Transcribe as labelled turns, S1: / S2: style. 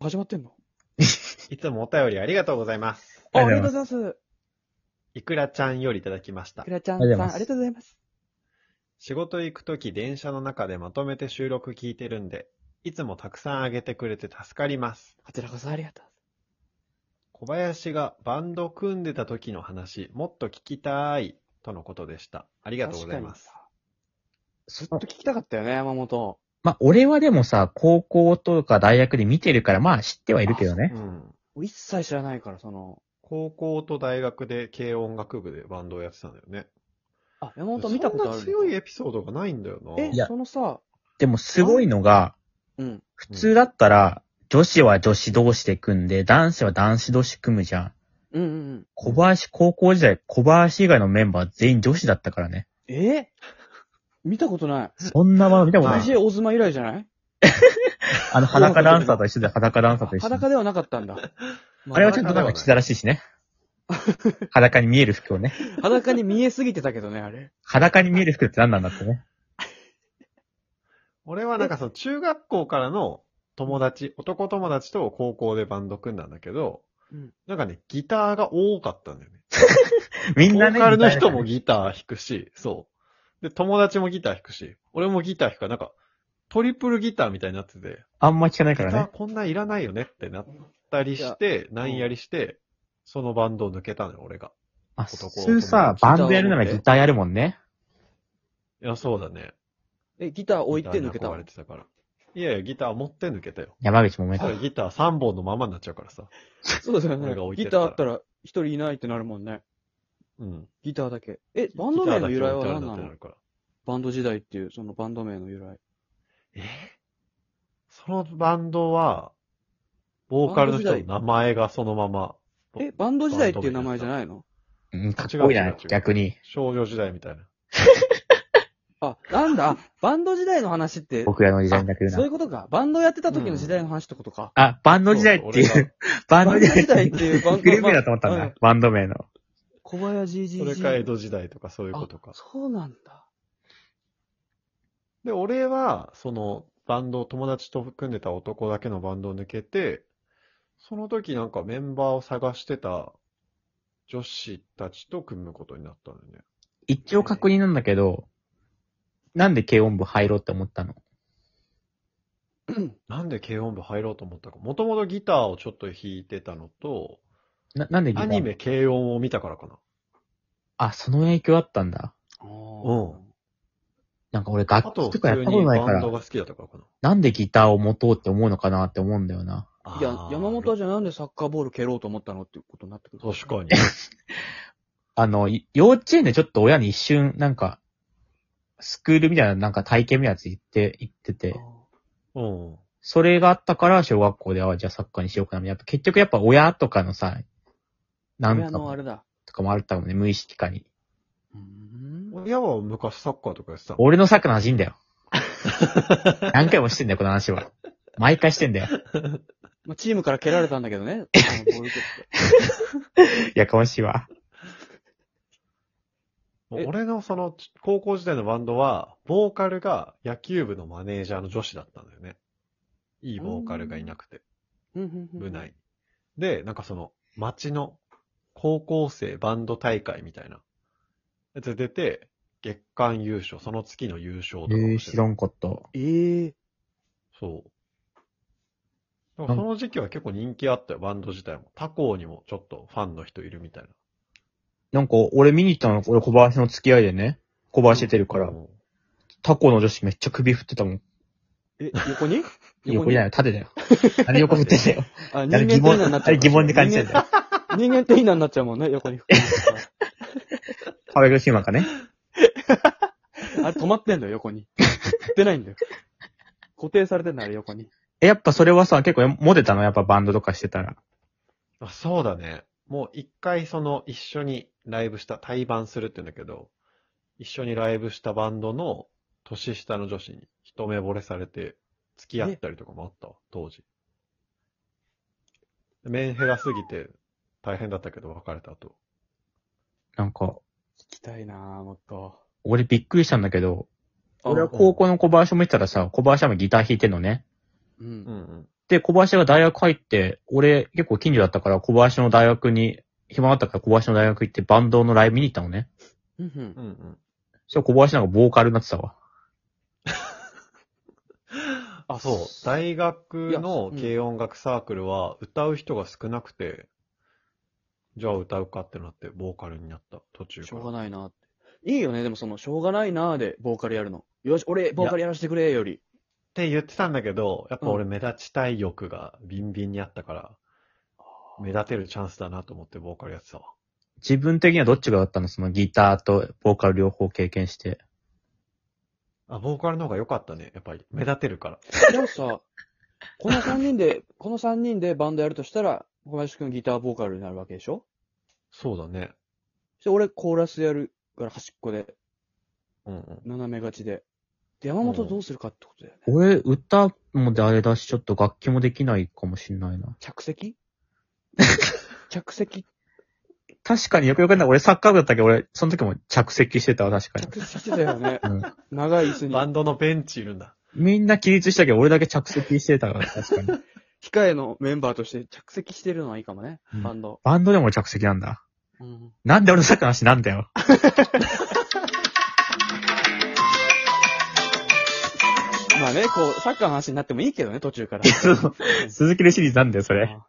S1: 始まってんの
S2: いつもお便りありがとうございます。
S1: あ
S3: あ
S1: あり
S3: り
S1: が
S3: が
S1: と
S3: と
S1: うご
S3: う
S1: ざいます。
S2: いくらちゃんよりいただきました
S1: く。らちゃん
S3: あり
S1: さ
S3: が
S1: ん、
S3: と
S1: あ
S3: うございます
S1: りがとうございます。
S2: 仕事行くとき電車の中でまとめて収録聞いてるんで、いつもたくさんあげてくれて助かります。
S1: こちらこそありがとう
S2: 小林がバンド組んでた時の話、もっと聞きたい、とのことでした。あり
S1: ございます。あ
S2: がとうございます。。
S1: ずっと聞きたかったよね、山本。
S3: まあ、俺はでもさ、高校とか大学で見てるから、まあ知ってはいるけどね
S2: う。ん。
S1: 一切知らないから、その、
S2: 高校と大学で軽音楽部でバンドをやってたんだよね。
S1: あ、山本見たことある
S2: そんな強い
S1: え
S2: エピソードがないんだよな。
S1: え
S3: い、や
S1: そのさ、
S3: でもすごいのが、
S1: うん。
S3: 普通だったら、女子は女子同士で組んで、男子は男子同士組むじゃん。
S1: うんうんうん。
S3: 小林、高校時代、小林以外のメンバー全員女子だったからね。
S1: え見たことない。
S3: そんなもの見たことない。
S1: DJ 大妻以来じゃない
S3: あの、裸ダンサーと一緒で、裸ダンサーと一緒で。
S1: 裸ではなかったんだ。
S3: あれはちょっとなんか着たらしいしね。裸に見える服をね。
S1: 裸に見えすぎてたけどね、あれ。
S3: 裸に見える服って何なんだってね。
S2: 俺はなんかその中学校からの友達、男友達と高校でバンド組んだんだけど、
S1: うん
S2: なんかね、ギターが多かったんだよね。
S3: み
S2: ボ
S3: んなね。
S2: ーカルの人も
S3: み
S2: ギター弾くし、そう。で、友達もギター弾くし、俺もギター弾くから、なんか、トリプルギターみたいになってて、
S3: たいなあんま聞かない
S2: ギ
S3: か
S2: タ
S3: ら
S2: ー
S3: ね。
S2: こんないらないよねってなったりして、なんやりして、そのバンドを抜けたのよ、俺が。
S3: あ、
S2: 男
S3: 普通
S2: を
S3: さ、バンドやるなら
S2: ギターを持って
S3: ギターやるもんね。
S2: いや、そうだね。
S1: え、ギター置いて抜け
S2: ギター
S1: た
S2: に憧れてたから。いやいや、ギター持って抜けたよ。
S3: 山口もめ
S2: そ
S3: か
S2: れ。ギター3本のままになっちゃうからさ。
S1: そうだよね
S2: 俺が置。い
S1: ギ
S2: てる
S1: ター
S2: から
S1: あったら一人いないってなるもんね。
S2: うん。
S1: ギターだけ。え、バンド名の由来は何な
S2: ギターだけ置いてあるんだって
S1: の
S2: るから
S1: バンド時代っていう、そのバンド名の由来。
S2: えーそのバンドは、ボーカルの人の名前がそのまま、
S1: え、バンド時代っていう名前じゃないの
S3: うん、かっこいい
S2: 違う違
S3: な
S2: う違う、
S3: 逆に。
S2: 少女時代みたいな。
S1: あ、なんだ、あバンド時代の話って、
S3: 僕らの時代にだけど
S1: そうい
S3: な。
S1: うことか。バンドやってた時の時代の話ってことか。
S3: あ、バンド時代って
S2: そう
S3: いう、バンド時代っていう、
S1: いうバン
S3: グループ名だと思ったん
S1: まあう
S3: だ。バンド名の。
S1: 小林
S2: そ
S1: GGG。
S2: れか江戸時代とかそういうこと
S1: あ
S2: か。
S1: そうなんだ。
S2: で、俺は、その、バンド、友達と組んでた男だけのバンドを抜けて、その時なんかメンバーを探してた女子たちと組むことになったのよね。
S3: 一応確認なんだけど、なんで軽音部入ろうって思ったの
S2: なんで軽音部入ろうと思ったか。もともとギターをちょっと弾いてたのと、
S3: な、なんでギタ
S2: ア
S3: ー
S2: ニメ軽音を見たからかな。
S3: あ、その影響あったんだ。
S1: う
S3: なんか俺
S2: あ
S3: 楽
S2: と、
S3: 器と
S2: 普
S3: かやっ
S2: 通
S3: た
S2: に
S3: ことないか
S2: バンド
S3: ら、
S2: が好きだったからかな。
S3: なんでギターを持とうって思うのかなって思うんだよな。
S1: いや
S2: あ、ー
S1: 山本はじゃあなんでサッカーボール蹴ろうと思ったのっていうことになってくる。
S2: 確かに。
S3: あの、い幼稚園でちょっと親に一瞬、なんか、スクールみたいな、なんか体験みたいなやつ行って、行ってて。
S2: うん。
S3: それがあったから、小学校で、あ、じゃあサッカーにしようかな。やっぱ結局やっぱ親とかのさ、な
S1: あー。
S3: ん
S1: 親
S3: か
S1: のあれだ。
S3: とかもあったもんね、無意識化に。
S1: うーん
S2: 親は昔サッカーとかやってたの
S3: 俺のサッカーの話いいんだよ。何回もしてんだよ、この話は。毎回してんだよ。
S1: まあ、チームから蹴られたんだけどね。あのボール蹴って
S3: いやかましいわ。
S1: え
S2: 俺のその高校時代のバンドは、ボーカルが野球部のマネージャーの女子だったんだよね。いいボーカルがいなくて、
S1: うんうんうん
S2: 部内。で、なんかその町の高校生バンド大会みたいなやつ出て、月間優勝、その月の優勝と
S3: え
S2: かも
S3: ー、
S2: して
S3: 知
S2: た
S3: らんかった。
S1: ええ
S2: そう。だからその時期は結構人気あったよ、バンド自体も。他校にもちょっとファンの人いるみたいな。
S3: なんか、俺見に行ったの、俺小林の付き合いでね。小林出てるから
S2: う、ん
S3: 他校の女子めっちゃ首振ってたもん。
S1: え、横に
S3: 横じゃないよ、縦だよ。あれ横振ってたよ。
S1: あ、人間
S3: あれ疑
S1: 的
S3: 問、
S1: なになっち
S3: あ
S1: ゃう。
S3: れ疑問で感じてたよ。
S1: 人間っていいなになっちゃうもんね、横 に。
S3: 川辺シューマンかね。
S1: あれ止まってんだよ、横に。出ないんだよ。固定されてんだよ、あれ横に。
S3: え、やっぱそれはさ、結構モテたのやっぱバンドとかしてたら。
S2: あそうだね。もう一回その一緒にライブした、対バンするって言うんだけど、一緒にライブしたバンドの年下の女子に一目惚れされて付き合ったりとかもあったわ、当時。メンヘラすぎて大変だったけど別れた後。
S3: なんか、
S1: 聞きたいなぁ、もっと。
S3: 俺びっくりしたんだけど、俺は
S2: こ
S3: 高校の小林も見てたらさ、小林もギター弾いてんのね。
S1: う。
S2: うんん
S3: で、小林が大学入って、俺結構近所だったから小林の大学に、暇だったから小林の大学行ってバンドのライブ見に行ったのね。
S1: うんうん
S2: うんうん。
S3: そしたら小林なんかボーカルになってたわ。
S2: あ、そう。大学の軽音楽サークルは歌う人が少なくて、じゃあ歌うかってなって、ボーカルになった、途中
S1: し
S2: か
S1: ょ
S2: ら。
S1: うがないなって。いいよね、でもその、しょうがないなーで、ボーカルやるの。よし、俺、ボーカルやらせてくれより。
S2: って言ってたんだけど、やっぱ俺目立ちたい欲がビンビンにあったから、目立てるチャンスだなと思ってボーカルやってたわ。
S3: 自分的にはどっちがだったのそのギターとボーカル両方経験して。
S2: あ、ボーカルの方が良かったね。やっぱり目立てるから。
S1: でもさ、この3人で、この3人でバンドやるとしたら、小林くんギターボーカルになるわけでしょ
S2: そうだね。
S1: そして俺コーラスやるから端っこで、
S2: うんうん。
S1: 斜めがちで。で、山本どうするかってことだよね。
S3: 俺、歌もであれだし、ちょっと楽器もできないかもしんないな。
S1: 着 席着席
S3: 確かによくよくない。俺サッカー部だったけど、俺、その時も着席してたわ、確かに。
S1: 着席してたよね。
S3: うん、
S1: 長い椅子に
S2: バ。ンドのベンチいるんだ。
S3: みんな起立したけど、俺だけ着席してたから、確 かに。
S1: 控えのメンバーとして着席してるのはいいかもね、
S3: うん
S1: バンド。
S3: バンドでも俺着席なんだ。
S1: うん。
S3: なんで俺のサッカーの話なんだよ。
S1: まあね、こう、サッカーの話になってもいいけどね、途中から。
S3: いやそう鈴木レシリーズなんだよ、それ。
S1: あ